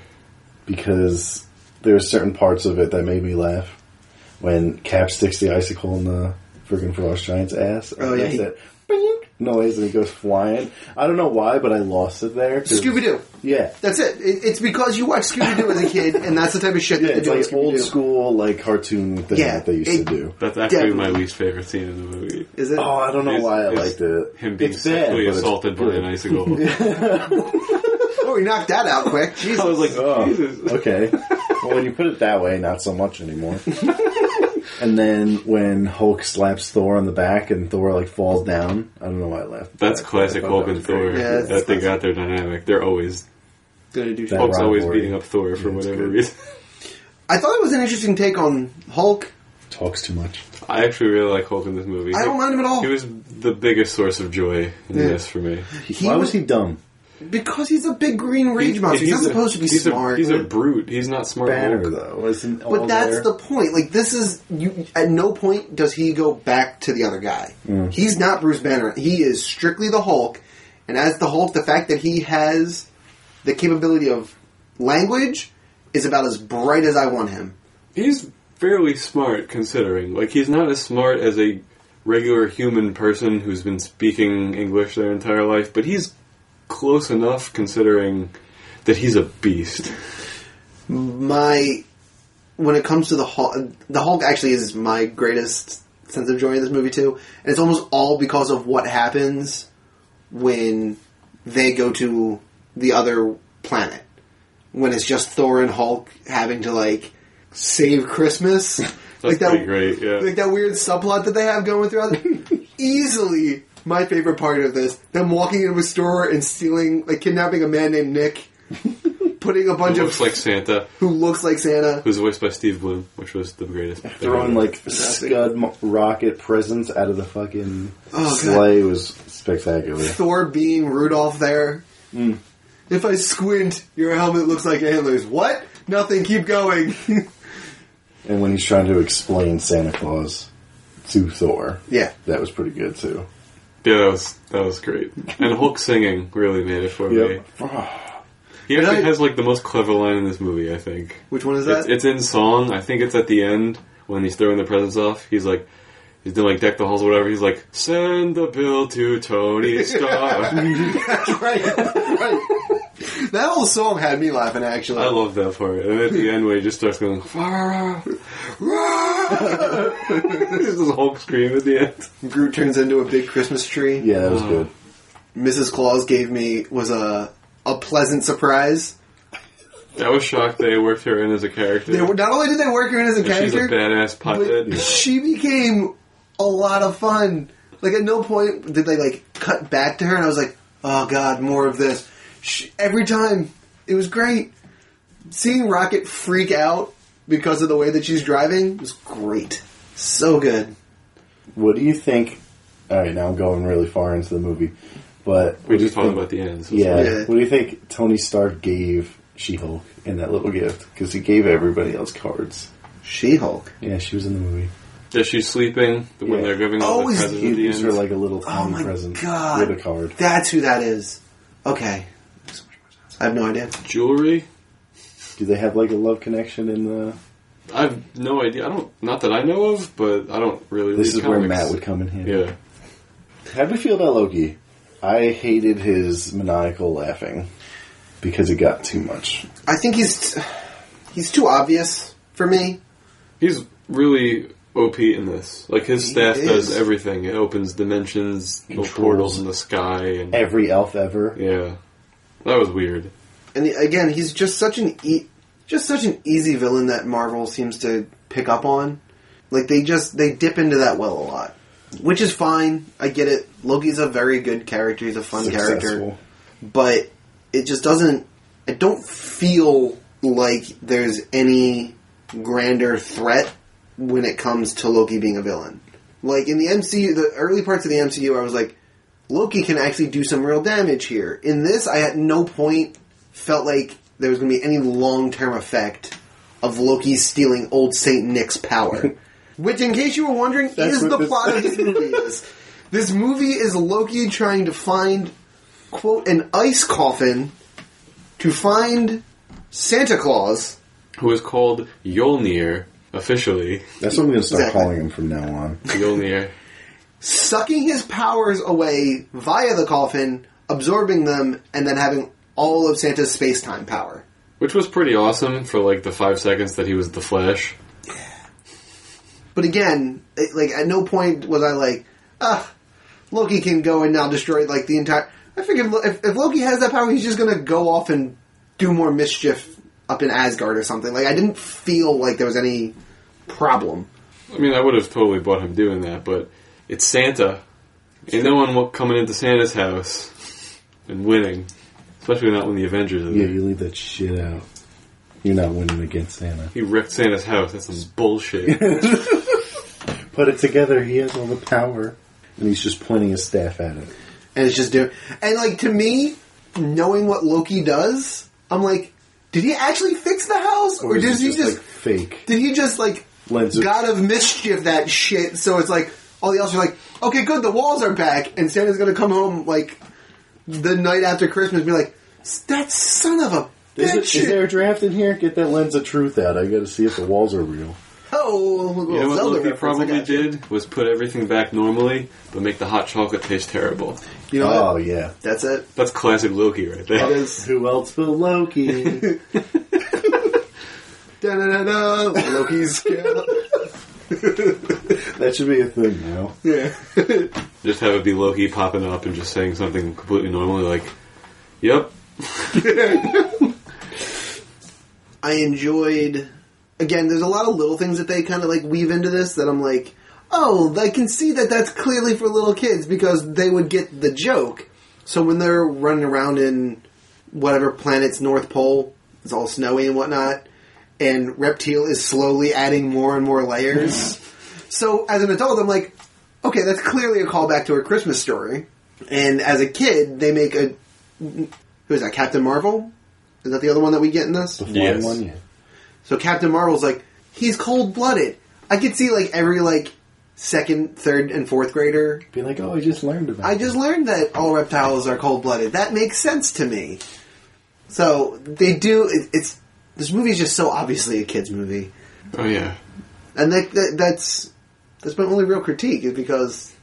Speaker 3: because there's certain parts of it that made me laugh. When Cap sticks the icicle in the friggin' frost giant's ass. and
Speaker 2: Oh, yeah,
Speaker 3: makes
Speaker 2: he-
Speaker 3: that bing noise and he goes flying. I don't know why, but I lost it there. 'cause-
Speaker 2: Scooby Doo.
Speaker 3: Yeah.
Speaker 2: That's it. it. It's because you watched Scooby Doo as a [LAUGHS] kid, and that's the type of shit
Speaker 3: Yeah,
Speaker 2: that they
Speaker 3: it's
Speaker 2: do on
Speaker 3: like old
Speaker 2: Scooby-Doo.
Speaker 3: school, like cartoon thing
Speaker 2: Yeah,
Speaker 3: that they used
Speaker 2: it-
Speaker 3: to do.
Speaker 1: That's actually my
Speaker 2: Definitely.
Speaker 1: least favorite scene in the movie.
Speaker 2: Is it?
Speaker 3: Oh, I don't know
Speaker 1: Is-
Speaker 3: why I
Speaker 1: is
Speaker 3: liked it.
Speaker 1: Him being
Speaker 3: It's bad,
Speaker 1: sexually
Speaker 3: but it's
Speaker 1: assaulted by
Speaker 3: good.
Speaker 1: an
Speaker 3: [LAUGHS]
Speaker 1: icicle.
Speaker 2: Oh, you knocked that out quick.
Speaker 1: I
Speaker 2: Jesus.
Speaker 1: was like,
Speaker 3: Oh,
Speaker 1: Jesus.
Speaker 3: [LAUGHS] okay. well, when you put it that way, not so much anymore. and then when Hulk slaps Thor on the back and Thor like falls down, I don't know why I laughed. at
Speaker 1: That's
Speaker 3: that.
Speaker 1: classic
Speaker 3: I thought
Speaker 1: Hulk
Speaker 3: that
Speaker 1: and
Speaker 3: was great.
Speaker 1: Thor.
Speaker 2: Yeah, it's-
Speaker 1: that they got their dynamic. They're always
Speaker 2: Gonna do
Speaker 3: That
Speaker 1: Hulk's always
Speaker 3: rivalry.
Speaker 1: beating up Thor for
Speaker 3: Yeah, it's
Speaker 1: whatever
Speaker 3: good.
Speaker 1: reason. [LAUGHS]
Speaker 2: I thought it was an interesting take on Hulk.
Speaker 3: Talks too much.
Speaker 1: I actually really like Hulk in this movie.
Speaker 2: I
Speaker 1: He-
Speaker 2: don't mind him at all.
Speaker 1: He was the biggest source of joy in
Speaker 2: Yeah.
Speaker 1: this for me.
Speaker 2: He
Speaker 3: why
Speaker 2: was-
Speaker 3: was he dumb?
Speaker 2: Because he's a big green rage
Speaker 1: He-
Speaker 2: monster. He's, not
Speaker 1: a-
Speaker 2: supposed to be
Speaker 1: he's
Speaker 2: smart.
Speaker 1: A, he's a brute. He's not smart.
Speaker 3: Banner
Speaker 1: Hulk.
Speaker 3: though, wasn't all
Speaker 2: but that's
Speaker 3: there.
Speaker 2: the point. Like this is you. At no point does he go back to the other guy. He's not Bruce Banner. He is strictly the Hulk. And as the Hulk, the fact that he has the capability of language is about as bright as I want him.
Speaker 1: He's fairly smart considering. Like he's not as smart as a regular human person who's been speaking English their entire life, but he's close enough considering that he's a beast.
Speaker 2: my when it comes to the Hulk, the Hulk actually is my greatest sense of joy in this movie too, and it's almost all because of what happens when they go to the other planet. When it's just Thor and Hulk having to like
Speaker 1: [LAUGHS]
Speaker 2: save Christmas, like
Speaker 1: pretty great, yeah.
Speaker 2: like that weird subplot that they have going
Speaker 1: [LAUGHS]
Speaker 2: throughout. easily my
Speaker 1: [LAUGHS]
Speaker 2: favorite part of this: them walking into a store and stealing, like kidnapping a man named Nick putting a bunch
Speaker 1: Who
Speaker 2: of
Speaker 1: looks like Santa,
Speaker 2: who looks like Santa.
Speaker 1: who's voiced by Steve Bloom, which was the greatest.
Speaker 3: Throwing like
Speaker 2: Fantastic.
Speaker 3: scud mo- rocket presents out of the fucking
Speaker 2: Oh, God.
Speaker 3: sleigh was spectacular.
Speaker 2: Thor being Rudolph there. If I squint, your helmet looks like antlers. What? Nothing. Keep going. [LAUGHS]
Speaker 3: And when he's trying to explain Santa Claus to Thor,
Speaker 2: yeah.
Speaker 3: that was pretty good too.
Speaker 1: Yeah, that was that was great. And Hulk singing really made it for me. He
Speaker 2: And
Speaker 1: actually
Speaker 2: I-
Speaker 1: has like the most clever line in this movie, I think.
Speaker 2: Which one is that?
Speaker 1: It's, it's in song. I think it's at the end when he's throwing the presents off. He's like, he's doing like deck the halls or whatever. He's like, send the bill to
Speaker 2: [LAUGHS]
Speaker 1: Tony Stark.
Speaker 2: right. Right. That whole song had me laughing.
Speaker 1: [LAUGHS]
Speaker 2: Actually,
Speaker 1: I love that part. And at the end where he just starts going, [LAUGHS] there's this Hulk scream at the end.
Speaker 2: Groot turns into a big Christmas tree.
Speaker 3: [SIGHS] Yeah, that was
Speaker 1: Oh.
Speaker 3: good.
Speaker 2: Mrs. Claus gave me was a a pleasant surprise.
Speaker 1: I was shocked they worked her in as a character.
Speaker 2: They were not only did they work her in as a
Speaker 1: And she's a
Speaker 2: character,
Speaker 1: badass
Speaker 2: but
Speaker 1: pothead.
Speaker 2: she became a lot of fun. Like at no point did they like cut back to her, and I was like, "Oh God, more of this!" She, every time it was great. Seeing Rocket freak out because of the way that she's driving was great. So good.
Speaker 3: What do you think? All right, now I'm going really far into the movie, but
Speaker 1: [LAUGHS] We just
Speaker 3: what
Speaker 1: talked
Speaker 3: do you
Speaker 1: about the end. so-
Speaker 3: think- yeah.
Speaker 2: Yeah.
Speaker 3: What do you think Tony Stark gave She-Hulk in that little gift? Because he gave everybody else cards.
Speaker 2: She Hulk.
Speaker 3: Yeah, she was in the movie.
Speaker 1: Yeah, she's sleeping when
Speaker 3: Yeah.
Speaker 1: they're giving all
Speaker 2: Always
Speaker 1: the presents
Speaker 3: He
Speaker 1: at the
Speaker 3: gives her
Speaker 1: end.
Speaker 3: like a little
Speaker 2: Oh
Speaker 3: tiny
Speaker 2: my
Speaker 3: present
Speaker 2: God.
Speaker 3: with a card.
Speaker 2: That's who that is. Okay. I have no idea.
Speaker 1: Jewelry?
Speaker 3: Do they have like a love connection in the?
Speaker 1: I've no idea. I don't. Not that I know of, but I don't really.
Speaker 3: This
Speaker 1: read
Speaker 3: is where
Speaker 1: comics.
Speaker 3: Matt would come in handy.
Speaker 1: Yeah,
Speaker 3: How do we feel about Loki? I hated his maniacal laughing because it got too much.
Speaker 2: I think he's he's too obvious for me.
Speaker 1: he's really OP in this. Like his
Speaker 2: He
Speaker 1: staff does
Speaker 2: is.
Speaker 1: everything. It opens dimensions, little
Speaker 3: Controls.
Speaker 1: portals in the sky, and
Speaker 3: Every elf ever.
Speaker 1: yeah, that was weird.
Speaker 2: And the, again, he's just such an e- just such an easy villain that Marvel seems to pick up on. Like they just they dip into that well a lot, which is fine. I get it. Loki's a very good character. He's a fun character,
Speaker 3: Successful.
Speaker 2: but it just doesn't. I don't feel like there's any grander threat when it comes to Loki being a villain. Like in the MCU, the early parts of the MCU, I was like, Loki can actually do some real damage here. In this, I at no point felt like there was going to be any long term effect of Loki stealing old Saint Nick's
Speaker 3: [LAUGHS]
Speaker 2: power. Which, in case you were wondering,
Speaker 3: That's
Speaker 2: is
Speaker 3: what
Speaker 2: the
Speaker 3: this-
Speaker 2: plot of this movie is. This movie is Loki trying to find, quote, an ice coffin to find Santa Claus.
Speaker 1: Who is called Yolnir officially? [LAUGHS]
Speaker 3: That's what I'm going to start
Speaker 2: Exactly.
Speaker 3: calling him from now on.
Speaker 1: Yolnir.
Speaker 2: sucking his powers away via the coffin, absorbing them, and then having all of Santa's space time power.
Speaker 1: Which was pretty awesome for like the five seconds that he was the Flash.
Speaker 2: But again, it, like at no point was I like, ah, Loki can go and now destroy like the entire. I figured Lo- if, if Loki has that power, he's just gonna go off and do more mischief up in Asgard or something. Like I didn't feel like there was any problem.
Speaker 1: I mean, I would have totally bought him doing that, but it's Santa. Ain't no one wa- coming into Santa's house and winning, especially not when the Avengers are
Speaker 3: Yeah,
Speaker 1: there.
Speaker 3: you leave that shit out. You're not winning against Santa.
Speaker 1: He wrecked Santa's house. That's some
Speaker 3: [LAUGHS]
Speaker 1: bullshit.
Speaker 3: Put it together. He has all the power, and he's just pointing his staff at it.
Speaker 2: and it's just doing. And like to me, knowing what Loki does, I'm like, did he actually fix the house, or,
Speaker 3: is
Speaker 2: did
Speaker 3: it
Speaker 2: he just,
Speaker 3: like fake?
Speaker 2: did he just like
Speaker 3: Lens it-
Speaker 2: God of mischief that shit? So it's like all the elves are like, okay, good, the walls are back, and Santa's gonna come home like the night after Christmas, and be like, that son of a
Speaker 3: Is, it-
Speaker 2: bitch.
Speaker 3: is there a draft in here? Get that lens of truth out. I got to see if the walls are real.
Speaker 2: oh,
Speaker 1: you know what
Speaker 2: Zelda
Speaker 1: Loki
Speaker 2: reference, I
Speaker 1: probably
Speaker 2: got you.
Speaker 1: did was put everything back normally, but make the hot chocolate taste terrible.
Speaker 2: You know
Speaker 3: Oh
Speaker 2: what?
Speaker 3: yeah.
Speaker 2: That's it.
Speaker 1: That's classic Loki right
Speaker 2: That
Speaker 1: there.
Speaker 2: is
Speaker 3: Who else
Speaker 2: [LAUGHS]
Speaker 3: but Loki?
Speaker 2: da da da da. Loki's [LAUGHS] skill.
Speaker 3: that should be a thing now.
Speaker 2: Yeah.
Speaker 1: Just have it be Loki popping up and just saying something completely normally like, "Yep."
Speaker 2: I enjoyed. Again, there's a lot of little things that they kind of like weave into this that I'm like, oh, I can see that that's clearly for little kids because they would get the joke. So when they're running around in whatever planet's North Pole It's all snowy and whatnot. And Reptile is slowly adding more and more layers. so as an adult, I'm like, okay, that's clearly a callback to a Christmas story. And as a kid, they make a who is that? Captain Marvel? Is that the other one that we get in this?
Speaker 3: The
Speaker 1: Yes.
Speaker 3: flying one, yeah.
Speaker 2: So Captain Marvel's like, he's cold blooded. I could see like every like second, third, and fourth grader.
Speaker 3: Be like, oh, I just learned about.
Speaker 2: I just learned that all reptiles are cold blooded. That makes sense to me. So they do. It, it's this movie is just so obviously a kids movie,
Speaker 1: Oh yeah.
Speaker 2: and that, that that's that's my only real critique is because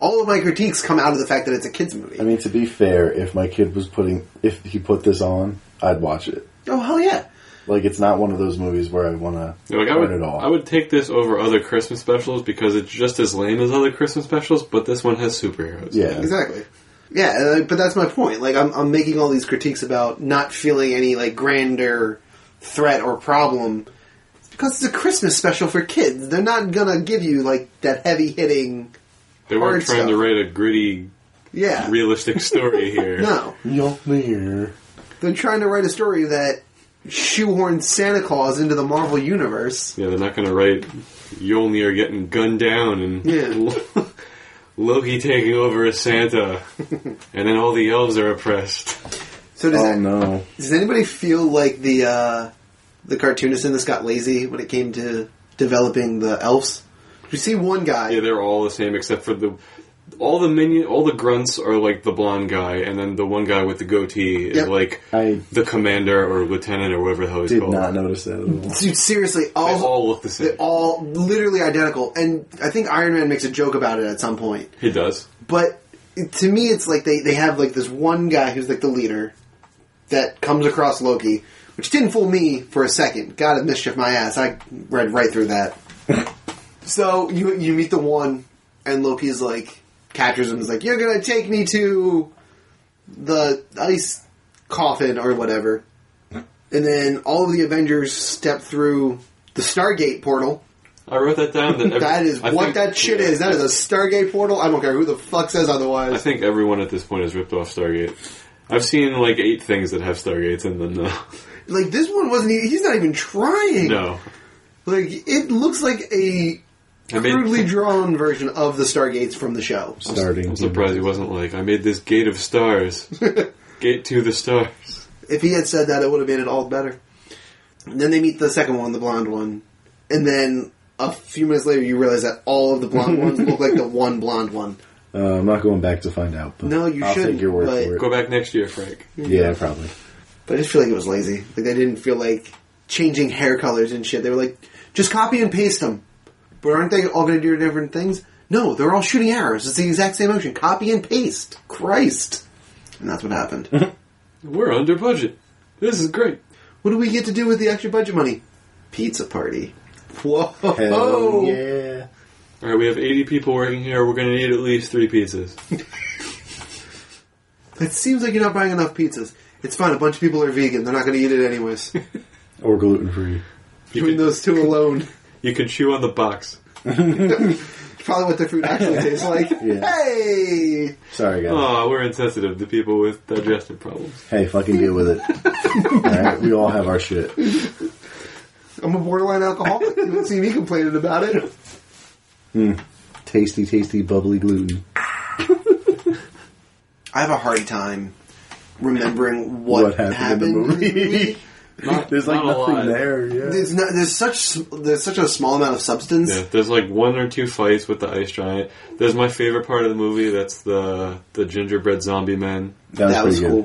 Speaker 2: all of my critiques come out of the fact that it's a kids movie.
Speaker 3: I mean, to be fair, if my kid was putting, if he put this on, I'd watch it.
Speaker 2: oh hell yeah!
Speaker 3: Like, it's not one of those movies where I want to
Speaker 1: Yeah, Like I would,
Speaker 3: learn it all.
Speaker 1: I would take this over other Christmas specials because it's just as lame as other Christmas specials, but this one has superheroes.
Speaker 3: Yeah.
Speaker 2: Exactly. Yeah, uh, but that's my point. Like, I'm, I'm making all these critiques about not feeling any like grander threat or problem It's because it's a Christmas special for kids. They're not gonna give you like that heavy hitting.
Speaker 1: They weren't
Speaker 2: Hard
Speaker 1: trying to
Speaker 2: stuff.
Speaker 1: write a gritty,
Speaker 2: Yeah,
Speaker 1: realistic
Speaker 3: [LAUGHS]
Speaker 1: story here.
Speaker 2: no,
Speaker 3: Mjolnir.
Speaker 2: they're trying to write a story that shoehorns Santa Claus into the Marvel universe.
Speaker 1: Yeah, they're not going to write Yolnir getting gunned down and
Speaker 2: Yeah.
Speaker 1: [LAUGHS] Loki taking over as
Speaker 2: [LAUGHS]
Speaker 1: Santa, and then all the elves are oppressed.
Speaker 2: So does
Speaker 3: Oh
Speaker 2: that,
Speaker 3: no!
Speaker 2: does anybody feel like the uh, the cartoonist in this got lazy when it came to developing the elves? We see one guy.
Speaker 1: Yeah, they're all the same except for the all the minion, all the grunts are like the blonde guy, and then the one guy with the goatee is
Speaker 2: Yep.
Speaker 1: like
Speaker 3: I
Speaker 1: the commander or lieutenant or whatever the hell he's
Speaker 3: did
Speaker 1: called.
Speaker 3: not notice that at all.
Speaker 2: Dude, seriously,
Speaker 1: They
Speaker 2: all
Speaker 1: all look the
Speaker 2: They're
Speaker 1: same.
Speaker 2: all literally identical, and I think Iron Man makes a joke about it at some point.
Speaker 1: He does.
Speaker 2: But it- to me, it's like they, they have like this one guy who's like the leader that comes across Loki, which didn't fool me for a second. God, it mischief my ass. I read right through that. so you you meet the one, and Loki's like captures him. and is like, "You're gonna take me to the ice coffin or whatever." And then all of the Avengers step through the Stargate portal.
Speaker 1: I wrote that down.
Speaker 2: [LAUGHS]
Speaker 1: That, every-
Speaker 2: That is
Speaker 1: I
Speaker 2: what
Speaker 1: think-
Speaker 2: that shit is. That is a Stargate portal. I don't care who the fuck says
Speaker 1: I [LAUGHS]
Speaker 2: otherwise.
Speaker 1: think everyone at this point has ripped off Stargate. I've seen like eight things that have Stargates in them.
Speaker 2: [LAUGHS]
Speaker 1: No,
Speaker 2: like this one wasn't. Even, he's not even trying.
Speaker 1: no.
Speaker 2: Like it looks like a
Speaker 1: I made- [LAUGHS]
Speaker 2: crudely drawn version of the Stargates from the show.
Speaker 3: Starting.
Speaker 1: I'm surprised he wasn't like, I made this gate of
Speaker 2: [LAUGHS]
Speaker 1: stars. gate to the stars.
Speaker 2: If he had said that, it would have made it all better. And then they meet the second one, the blonde one, and then a few minutes later, you realize that all of the blonde ones look
Speaker 1: [LAUGHS]
Speaker 2: like the one blonde one.
Speaker 3: Uh, I'm not going back to find out. But
Speaker 2: No, you
Speaker 3: I'll
Speaker 2: shouldn't,
Speaker 3: Take your word
Speaker 2: but-
Speaker 3: for it.
Speaker 1: Go back next year, Frank.
Speaker 3: Yeah, probably.
Speaker 2: But I just feel like it was lazy. Like they didn't feel like changing hair colors and shit. They were like, just copy and paste them. But aren't they all going to do different things? No, they're all shooting arrows. It's the exact same motion. Copy and paste. Christ. And that's what happened.
Speaker 3: [LAUGHS]
Speaker 1: We're under budget. This is great.
Speaker 2: what do we get to do with the extra budget money? Pizza party. Whoa.
Speaker 3: Hell
Speaker 2: Oh!
Speaker 3: yeah!
Speaker 1: All right, we have 80 people working here. We're going to need at least three pizzas.
Speaker 2: It seems like you're not buying enough pizzas. It's fine. A bunch of people are vegan. They're not going to eat it
Speaker 3: [LAUGHS]
Speaker 2: anyways.
Speaker 3: Or gluten free.
Speaker 1: You
Speaker 2: Between
Speaker 1: can,
Speaker 2: those two alone,
Speaker 1: you can chew on the
Speaker 2: [LAUGHS]
Speaker 1: box.
Speaker 2: probably what the fruit
Speaker 3: [LAUGHS]
Speaker 2: actually tastes like.
Speaker 3: Yeah.
Speaker 2: Hey!
Speaker 3: Sorry, guys.
Speaker 1: Oh, we're insensitive to people with digestive problems.
Speaker 3: Hey, fucking
Speaker 2: [LAUGHS]
Speaker 3: deal with it. all right, we all have our shit.
Speaker 2: I'm a borderline alcoholic. You don't see me complaining about it.
Speaker 3: Tasty, tasty, bubbly gluten.
Speaker 2: I have a hard time remembering
Speaker 3: What,
Speaker 2: what,
Speaker 3: happened, in the [LAUGHS] movie?
Speaker 1: Not-
Speaker 3: There's like
Speaker 1: not a
Speaker 3: nothing
Speaker 1: lot.
Speaker 3: there. Yeah.
Speaker 2: There's, not, there's such there's such a small amount of substance.
Speaker 1: Yeah, there's like one or two fights with the ice giant. There's my favorite part of the movie. That's the the gingerbread zombie man.
Speaker 3: That was,
Speaker 2: that was
Speaker 3: pretty
Speaker 2: cool.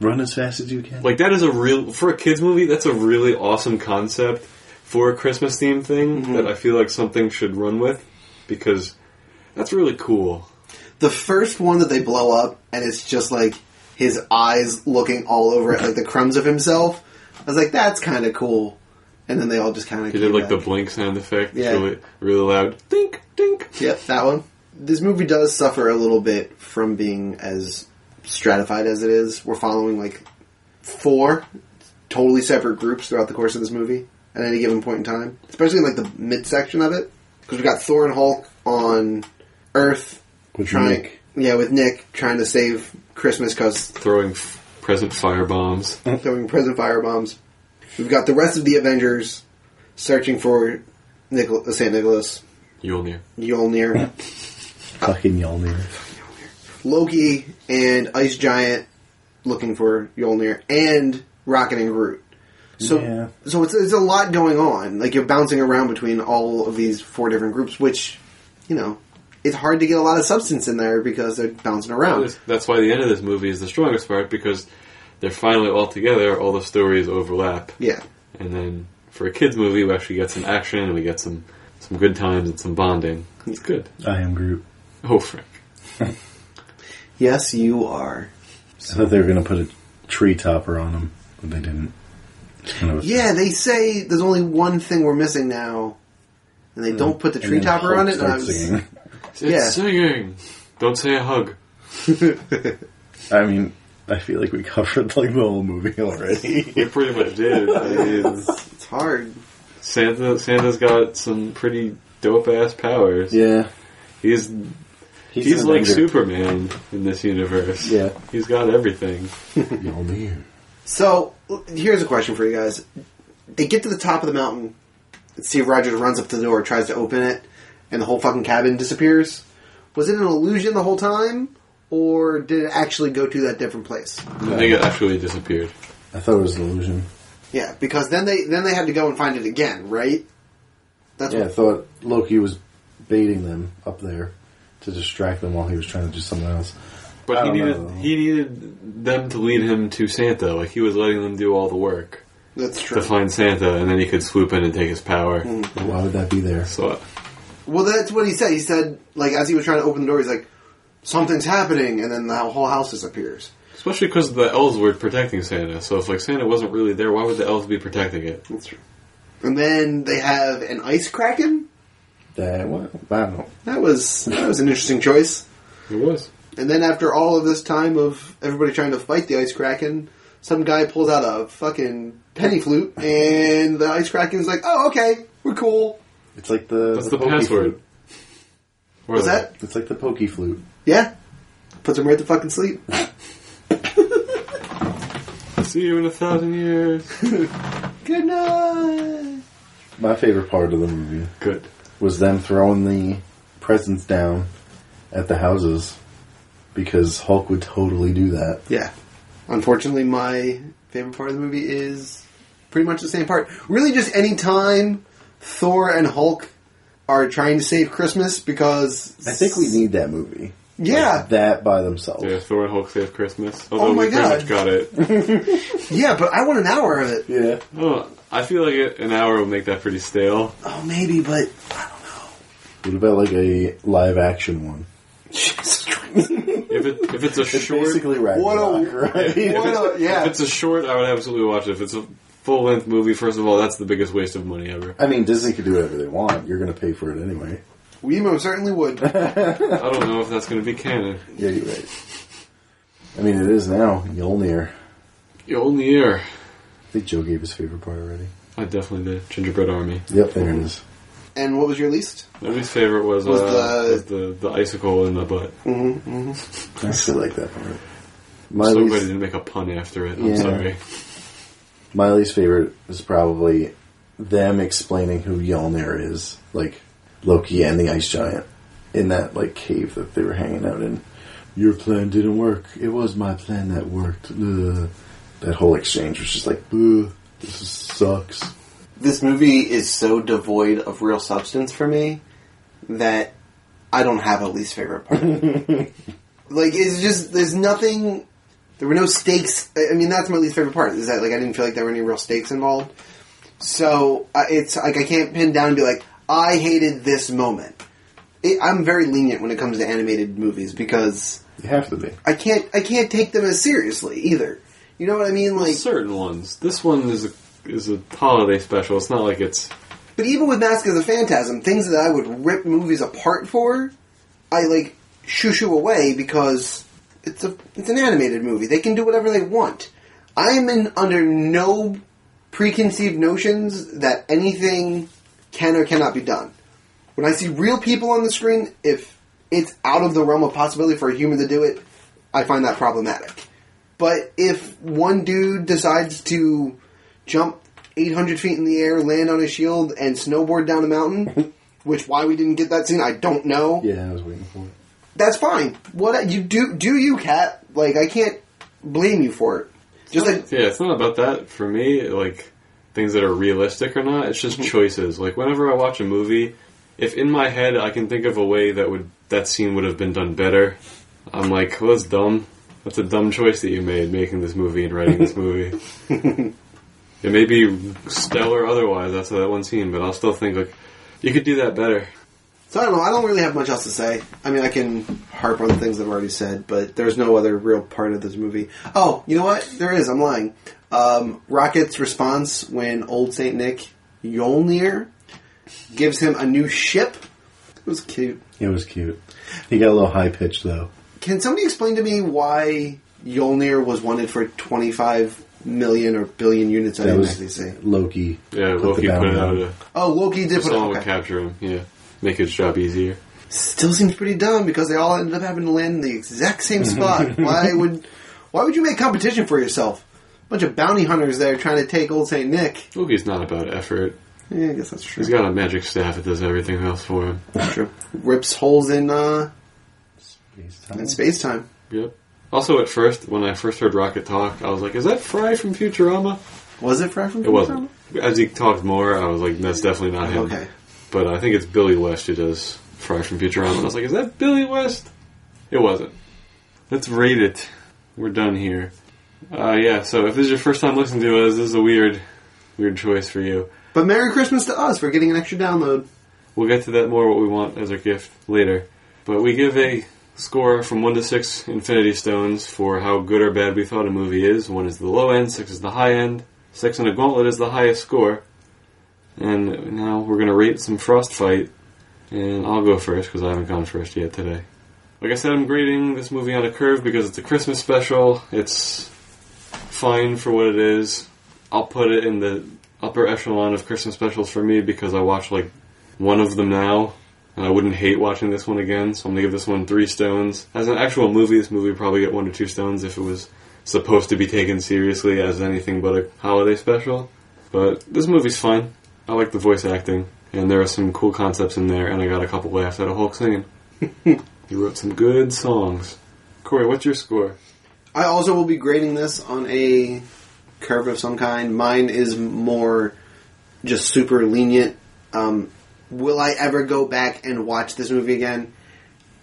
Speaker 3: Good. Run as fast as you can.
Speaker 1: Like that is a real for a kids movie. That's a really awesome concept for a Christmas theme thing that I feel like something should run with because that's really cool.
Speaker 2: The first one that they blow up, and it's just like his eyes looking all over it, like the crumbs of himself. I was like, that's kind of cool. And then they all just kind of
Speaker 1: They did like the blink sound effect,
Speaker 2: Yeah.
Speaker 1: really, really loud. Dink, dink.
Speaker 2: Yep, that one. This movie does suffer a little bit from being as stratified as it is. We're following like four totally separate groups throughout the course of this movie at any given point in time, especially in like the midsection of it. Because we got Thor and Hulk on Earth
Speaker 3: With
Speaker 2: trying,
Speaker 3: Nick.
Speaker 2: yeah, with Nick trying to [LAUGHS] save Christmas because
Speaker 1: Throwing f- present fire bombs.
Speaker 2: throwing present fire bombs. We've got the rest of the Avengers searching for Nichol- uh, St. Nicholas,
Speaker 1: Yulnir.
Speaker 2: [LAUGHS] Mjolnir,
Speaker 3: Fucking Yolnir.
Speaker 2: Loki, and Ice Giant looking for Mjolnir, and Rocket and Groot. So,
Speaker 3: Yeah.
Speaker 2: so it's, it's a lot going on. Like, you're bouncing around between all of these four different groups, which, you know, it's hard to get a lot of substance in there because they're bouncing around.
Speaker 1: That's why the end of this movie is the strongest part because they're finally all together. All the stories overlap,
Speaker 2: Yeah.
Speaker 1: and then for a kids movie, we actually get some action and we get some some good times and some bonding. It's good.
Speaker 3: I am Groot.
Speaker 1: Oh, Frank.
Speaker 2: Yes, you are.
Speaker 3: I thought they were going to put a tree topper on him, but they didn't. It's kind of a-
Speaker 2: Yeah, they say there's only one thing we're missing now, and they don't put the
Speaker 3: Hmm. and
Speaker 2: tree
Speaker 3: then
Speaker 2: topper
Speaker 3: Hulk
Speaker 2: on it. And I
Speaker 3: starts
Speaker 2: was,
Speaker 3: singing.
Speaker 1: It's
Speaker 2: Yeah.
Speaker 1: singing. Don't say a hug.
Speaker 3: I mean, I feel like we [LAUGHS] covered like the whole movie already.
Speaker 1: We pretty much
Speaker 3: [LAUGHS]
Speaker 1: did. I mean,
Speaker 2: it's hard.
Speaker 1: Santa Santa's got some pretty dope ass powers.
Speaker 3: yeah,
Speaker 1: He's
Speaker 3: he's,
Speaker 1: he's
Speaker 3: an
Speaker 1: like
Speaker 3: Avenger.
Speaker 1: Superman in this universe.
Speaker 3: Yeah.
Speaker 1: He's got everything.
Speaker 3: Mjolnir.
Speaker 2: So l- here's a question for you guys: They get to the top of the mountain, and Steve Rogers runs up to the door, tries to open it, and the whole fucking cabin disappears. Was it an illusion the whole time, or did it actually go to that different place?
Speaker 1: I think it actually disappeared.
Speaker 3: I thought it was an illusion.
Speaker 2: Yeah, because then they then they had to go and find it again, right? That's
Speaker 3: Yeah, I thought Loki was baiting them up there to distract them while he was trying to do something else. I
Speaker 1: But he
Speaker 3: don't
Speaker 1: needed
Speaker 3: know.
Speaker 1: he needed them to lead him to Santa. Like he was letting them do all the work
Speaker 2: that's true.
Speaker 1: to find Santa, and then he could swoop in and take his power.
Speaker 3: Why would that be there?
Speaker 1: So
Speaker 2: Well, that's what he said. He said, like, as he was trying to open the door, he's like, something's happening, and then the whole house disappears.
Speaker 1: especially because the elves were protecting Santa. So if like Santa wasn't really there, why would the elves be protecting it?
Speaker 2: That's true. And then they have an ice kraken.
Speaker 3: That well, I don't know.
Speaker 2: That was that was an interesting choice.
Speaker 1: It was.
Speaker 2: And then after all of this time of everybody trying to fight the ice kraken, some guy pulls out a fucking penny flute, and the ice kraken's like, "Oh, okay, we're cool."
Speaker 3: It's like the
Speaker 1: That's the,
Speaker 3: pokey
Speaker 1: password.
Speaker 3: flute.
Speaker 1: Or
Speaker 2: What's
Speaker 1: the-
Speaker 2: that?
Speaker 3: It's like the pokey flute.
Speaker 2: Yeah, puts him right to fucking sleep.
Speaker 1: See you in a thousand years.
Speaker 2: Good night.
Speaker 3: My favorite part of the movie
Speaker 1: Good.
Speaker 3: was them throwing the presents down at the houses because Hulk would totally do that.
Speaker 2: Yeah. Unfortunately, my favorite part of the movie is pretty much the same part. Really, just any time Thor and Hulk are trying to save Christmas because
Speaker 3: I think we need that movie.
Speaker 2: yeah,
Speaker 3: That by themselves.
Speaker 1: Yeah, Thor and Hulk save Christmas. Although
Speaker 2: my
Speaker 1: we pretty
Speaker 2: God.
Speaker 1: much got it.
Speaker 2: yeah, but I want an hour of it.
Speaker 3: Yeah.
Speaker 1: Oh, I feel like it- an hour will make that pretty stale.
Speaker 2: Oh, maybe, but [LAUGHS]
Speaker 3: What about like a live action one?
Speaker 2: Jesus Christ.
Speaker 1: If it if it's a
Speaker 3: It's
Speaker 1: short,
Speaker 3: basically Ragnarok,
Speaker 2: What a- [LAUGHS]
Speaker 3: right?
Speaker 2: what a,
Speaker 1: if
Speaker 2: yeah.
Speaker 1: it's a short, I would absolutely watch it. If it's a full length movie, first of all, that's the biggest waste of money ever.
Speaker 3: [LAUGHS] I mean, Disney could do whatever they want. You're going to pay for it anyway.
Speaker 2: We most certainly [LAUGHS] would.
Speaker 1: I don't know if that's going to be canon.
Speaker 3: Yeah, you're right. I mean, it is now. Mjolnir.
Speaker 1: You're on the air.
Speaker 3: I think Joe gave his favorite part already.
Speaker 1: I definitely did. Gingerbread Army.
Speaker 3: Yep, there it is.
Speaker 2: And what was your least?
Speaker 1: Nobody's favorite was,
Speaker 2: Was
Speaker 1: uh,
Speaker 2: the-
Speaker 1: was the the icicle in the butt.
Speaker 2: Mm-hmm,
Speaker 3: I still like that part. My
Speaker 1: so glad I
Speaker 3: least,
Speaker 1: didn't make a pun after it.
Speaker 3: Yeah.
Speaker 1: I'm sorry.
Speaker 3: my least favorite is probably them explaining who Mjolnir is, like Loki and the Ice Giant, in that like cave that they were hanging out in. Your plan didn't work. It was my plan that worked. Ugh. That whole exchange was just like, Ugh, this is- sucks.
Speaker 2: This movie is so devoid of real substance for me that I don't have a least favorite part. [LAUGHS] like it's just there's nothing. There were no stakes. I I mean, that's my least favorite part. Is that like I didn't feel like there were any real stakes involved. So I it's like I can't pin down and be like I hated this moment. It, I'm very lenient when it comes to animated movies because
Speaker 3: You have to be.
Speaker 2: I can't I can't take them as seriously either. You know what I mean? Like
Speaker 1: Certain ones. This one is a is a holiday special. It's not like it's
Speaker 2: But even with Mask as a Phantasm, things that I would rip movies apart for, I like shoo shoo away because it's a it's an animated movie. They can do whatever they want. I'm in under no preconceived notions that anything can or cannot be done. When I see real people on the screen, if it's out of the realm of possibility for a human to do it, I find that problematic. But if one dude decides to jump 800 feet in the air, land on his shield, and snowboard down a mountain. Which why we didn't get that scene, I don't know.
Speaker 3: Yeah, I was waiting for it.
Speaker 2: That's fine. What you do, do you, cat? Like I can't blame you for it. Just like
Speaker 1: Yeah, it's not about that for me. Like things that are realistic or not, it's just choices. Like whenever I watch a movie, if in my head I can think of a way that would that scene would have been done better, I'm like, well, that's dumb. That's a dumb choice that you made making this movie and writing this movie. it may be stellar otherwise after that one scene, but I'll still think like you could do that better.
Speaker 2: So I don't know. I don't really have much else to say. I mean, I can harp on things I've already said, but there's no other real part of this movie. Oh, you know what? There is. I'm lying. Um, Rocket's response when old Saint Nick Yolnir gives him a new ship. It was cute.
Speaker 3: It was cute. He got a little high pitched though.
Speaker 2: Can somebody explain to me why Yolnir was wanted for 25 million or billion units? I
Speaker 3: That
Speaker 2: didn't
Speaker 3: was
Speaker 2: actually say.
Speaker 3: Loki.
Speaker 1: Yeah,
Speaker 3: the
Speaker 1: Loki put
Speaker 3: bounty
Speaker 1: it out.
Speaker 3: on.
Speaker 1: A,
Speaker 2: Oh, Loki did put.
Speaker 1: someone
Speaker 2: Okay.
Speaker 1: would capture him. Yeah, make his job easier.
Speaker 2: still seems pretty dumb because they all ended up having to land in the exact
Speaker 1: [LAUGHS]
Speaker 2: same spot. why would why would you make competition for yourself? Bunch of bounty hunters there trying to take old Saint Nick.
Speaker 1: Loki's not about effort.
Speaker 2: Yeah, I guess that's true.
Speaker 1: He's got a magic staff that does everything else for him.
Speaker 2: That's true. Rips holes in uh
Speaker 3: Space
Speaker 2: in
Speaker 3: time.
Speaker 2: space time.
Speaker 1: Yep. Also, at first, when I first heard Rocket talk, I was like, "Is that Fry from Futurama?"
Speaker 2: Was it Fry from
Speaker 1: It wasn't. As he talked more, I was like, "That's definitely not him."
Speaker 2: Okay.
Speaker 1: But I think it's Billy West who does Fry from Futurama. And I was like, "Is that Billy West?" It wasn't. Let's rate it. We're done here. Uh, yeah. So if this is your first time listening to us, this is a weird, weird choice for you.
Speaker 2: But Merry Christmas to us for getting an extra download.
Speaker 1: We'll get to that more what we want as our gift later. But we give a score from 1 to 6 Infinity Stones for how good or bad we thought a movie is. 1 is the low end, 6 is the high end. 6 on a gauntlet is the highest score. And now we're going to rate some Frost Fight. And I'll go first because I haven't gone first yet today. Like I said, I'm grading this movie on a curve because it's a Christmas special. It's fine for what it is. I'll put it in the upper echelon of Christmas specials for me because I watch like one of them now, and I wouldn't hate watching this one again, so I'm gonna give this one three stones. As an actual movie, this movie would probably get one to two stones if it was supposed to be taken seriously as anything but a holiday special. But this movie's fine. I like the voice acting, and there are some cool concepts in there, and I got a couple laughs out of Hulk singing. he wrote some good songs. Corey, what's your score?
Speaker 2: I also will be grading this on a curve of some kind. Mine is more just super lenient. Um, will I ever go back and watch this movie again?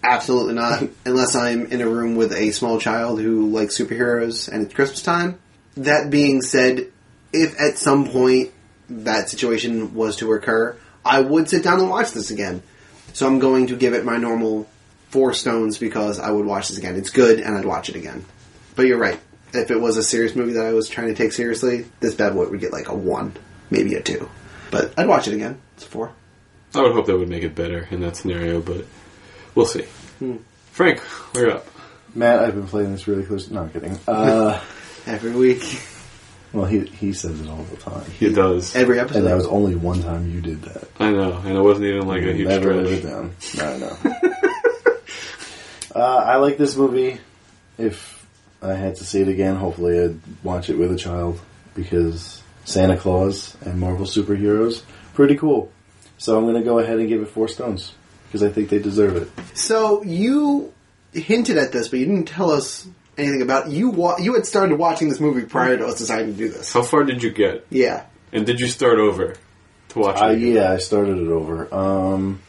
Speaker 2: Absolutely not, unless I'm in a room with a small child who likes superheroes and it's Christmas time. That being said, if at some point that situation was to occur, I would sit down and watch this again. So I'm going to give it my normal four stones because I would watch this again. It's good and I'd watch it again. But you're right. If it was a serious movie that I was trying to take seriously, this bad boy would get like a one, maybe a two. But I'd watch it again. It's a four.
Speaker 1: I would hope that would make it better in that scenario, but we'll see. Frank, we're up.
Speaker 3: Matt, I've been playing this really close. No, I'm kidding. Uh,
Speaker 2: Every week,
Speaker 3: [LAUGHS]
Speaker 2: [LAUGHS]
Speaker 3: well, he he says it all the time,
Speaker 1: He does.
Speaker 2: every
Speaker 3: and that was
Speaker 2: episode.
Speaker 3: only one time you did that.
Speaker 1: I know, and it wasn't even like a huge
Speaker 3: Never let it
Speaker 1: stretch.
Speaker 3: down. I know.
Speaker 1: [LAUGHS]
Speaker 3: [LAUGHS] uh, I like this movie. If I had to see it again, hopefully I'd watch it with a child because Santa Claus and Marvel superheroes pretty cool. So I'm going to go ahead and give it four stones because I think they deserve it.
Speaker 2: So you hinted at this, but you didn't tell us anything about you. Wa- you had started watching this movie prior to us deciding to do this.
Speaker 1: How far did you get?
Speaker 2: Yeah,
Speaker 1: And did you start over to watch
Speaker 3: Uh,
Speaker 1: it? again?
Speaker 3: yeah, I started it over. Um,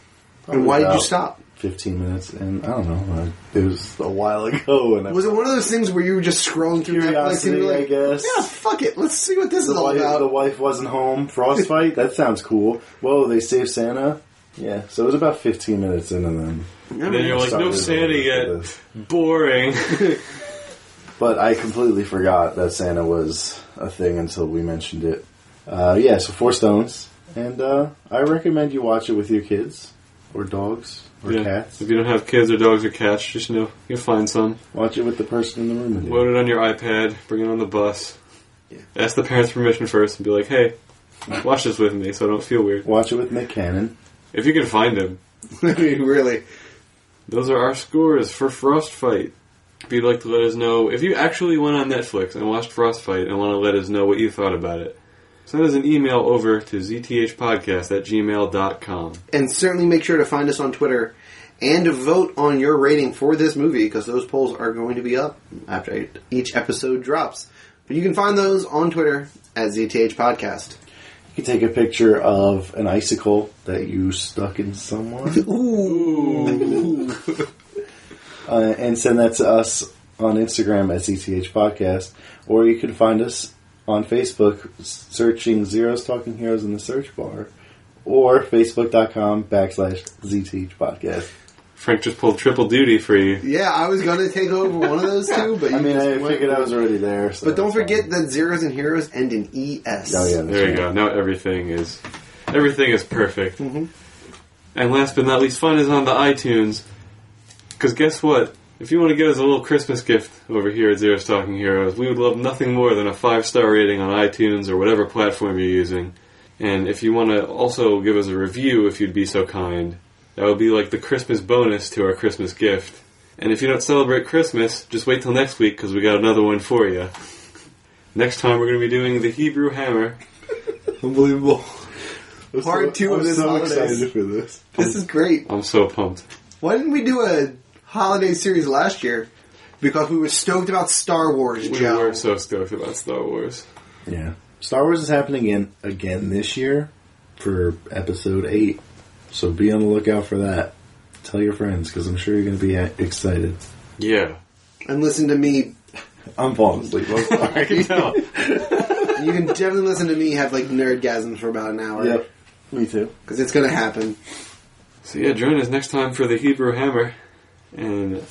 Speaker 2: and why did you
Speaker 3: about
Speaker 2: stop?
Speaker 3: 15 minutes, and I don't know. I, it was a while ago, and I
Speaker 2: Was it one of those things where you were just scrolling through Netflix and
Speaker 3: Curiosity,
Speaker 2: you were like,
Speaker 3: I guess.
Speaker 2: "Yeah, fuck it, let's see what this is
Speaker 3: the
Speaker 2: all
Speaker 3: wife, the
Speaker 2: about."
Speaker 3: wife wasn't
Speaker 2: [LAUGHS]
Speaker 3: home. Frostbite? that sounds cool. Whoa, they saved Santa? Yeah, so it was about 15 minutes in and then.
Speaker 2: [LAUGHS]
Speaker 1: And then you're like, no
Speaker 3: Started
Speaker 1: Santa
Speaker 3: over
Speaker 1: yet.
Speaker 3: [LAUGHS]
Speaker 1: Boring.
Speaker 3: But I completely forgot that Santa was a thing until we mentioned it. Uh, yeah, so four stones. And uh, I recommend you watch it with your kids, or dogs, or
Speaker 1: yeah.
Speaker 3: cats.
Speaker 1: If you don't have kids or dogs or cats, just know you'll find some.
Speaker 3: Watch it with the person in the room with you.
Speaker 1: Load it on your iPad, bring it on the bus. Ask the parents' permission first and be like, hey, watch this with me so I don't feel weird.
Speaker 3: Watch it with Nick Cannon.
Speaker 1: If you can find him.
Speaker 2: I mean, really,
Speaker 1: Those are our scores for Frostfight. If you'd like to let us know, if you actually went on Netflix and watched Frostfight and want to let us know what you thought about it, Send us an email over to zthpodcast at gmail.com.
Speaker 2: And certainly make sure to find us on Twitter and vote on your rating for this movie because those polls are going to be up after each episode drops. But you can find those on Twitter at ZTH Podcast.
Speaker 3: You take a picture of an icicle that you stuck in [LAUGHS] someone
Speaker 1: Ooh.
Speaker 3: [LAUGHS] uh, and send that to us on Instagram at CTH Podcast, or you can find us on Facebook s- searching Zeros Talking Heroes in the search bar, or facebook.com backslash ZTH Podcast.
Speaker 1: Frank just pulled triple duty for you.
Speaker 2: Yeah, I was going to take over one of those two, but you
Speaker 3: [LAUGHS] I mean,
Speaker 2: just
Speaker 3: I
Speaker 2: went-
Speaker 3: figured I was already there. so
Speaker 2: But don't
Speaker 3: it's fine.
Speaker 2: forget that zeros and heroes end in E es.
Speaker 3: Oh, yeah.
Speaker 1: There you go. Now everything is everything is perfect. And last but not least, fun is on the iTunes. Because guess what? If you want to give us a little Christmas gift over here at Zero's Talking Heroes, we would love nothing more than a five star rating on iTunes or whatever platform you're using. And if you want to also give us a review, if you'd be so kind, that would be like the Christmas bonus to our Christmas gift. And if you don't celebrate Christmas, just wait till next week because we got another one for you. Next time we're going to be doing the Hebrew Hammer.
Speaker 2: Unbelievable.
Speaker 3: [LAUGHS] I'm
Speaker 2: Part
Speaker 3: so-
Speaker 2: two of
Speaker 3: I'm
Speaker 2: this
Speaker 3: so
Speaker 2: holidays.
Speaker 3: excited for this.
Speaker 2: This is great.
Speaker 1: I'm so pumped.
Speaker 2: Why didn't we do a holiday series last year? Because we were stoked about Star Wars,
Speaker 1: We
Speaker 2: Joe.
Speaker 1: were so stoked about Star Wars.
Speaker 3: Yeah. Star Wars is happening in, again this year for episode 8. So be on the lookout for that. Tell your friends because I'm sure you're going to be uh, excited.
Speaker 1: Yeah.
Speaker 2: and listen to me.
Speaker 3: I'm falling asleep. [LAUGHS] I'm
Speaker 1: I can
Speaker 3: sorry.
Speaker 1: tell.
Speaker 2: You can definitely listen to me have like nerdgasms for about an hour.
Speaker 3: yep. Me too.
Speaker 2: Because it's going to happen.
Speaker 1: so yeah, join us next time for the Hebrew Hammer. And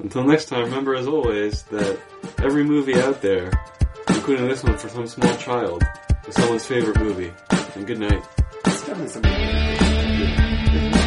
Speaker 1: until next time, remember as always that every movie out there, including this one for some small child, is someone's favorite movie. And good night.
Speaker 2: It's definitely something.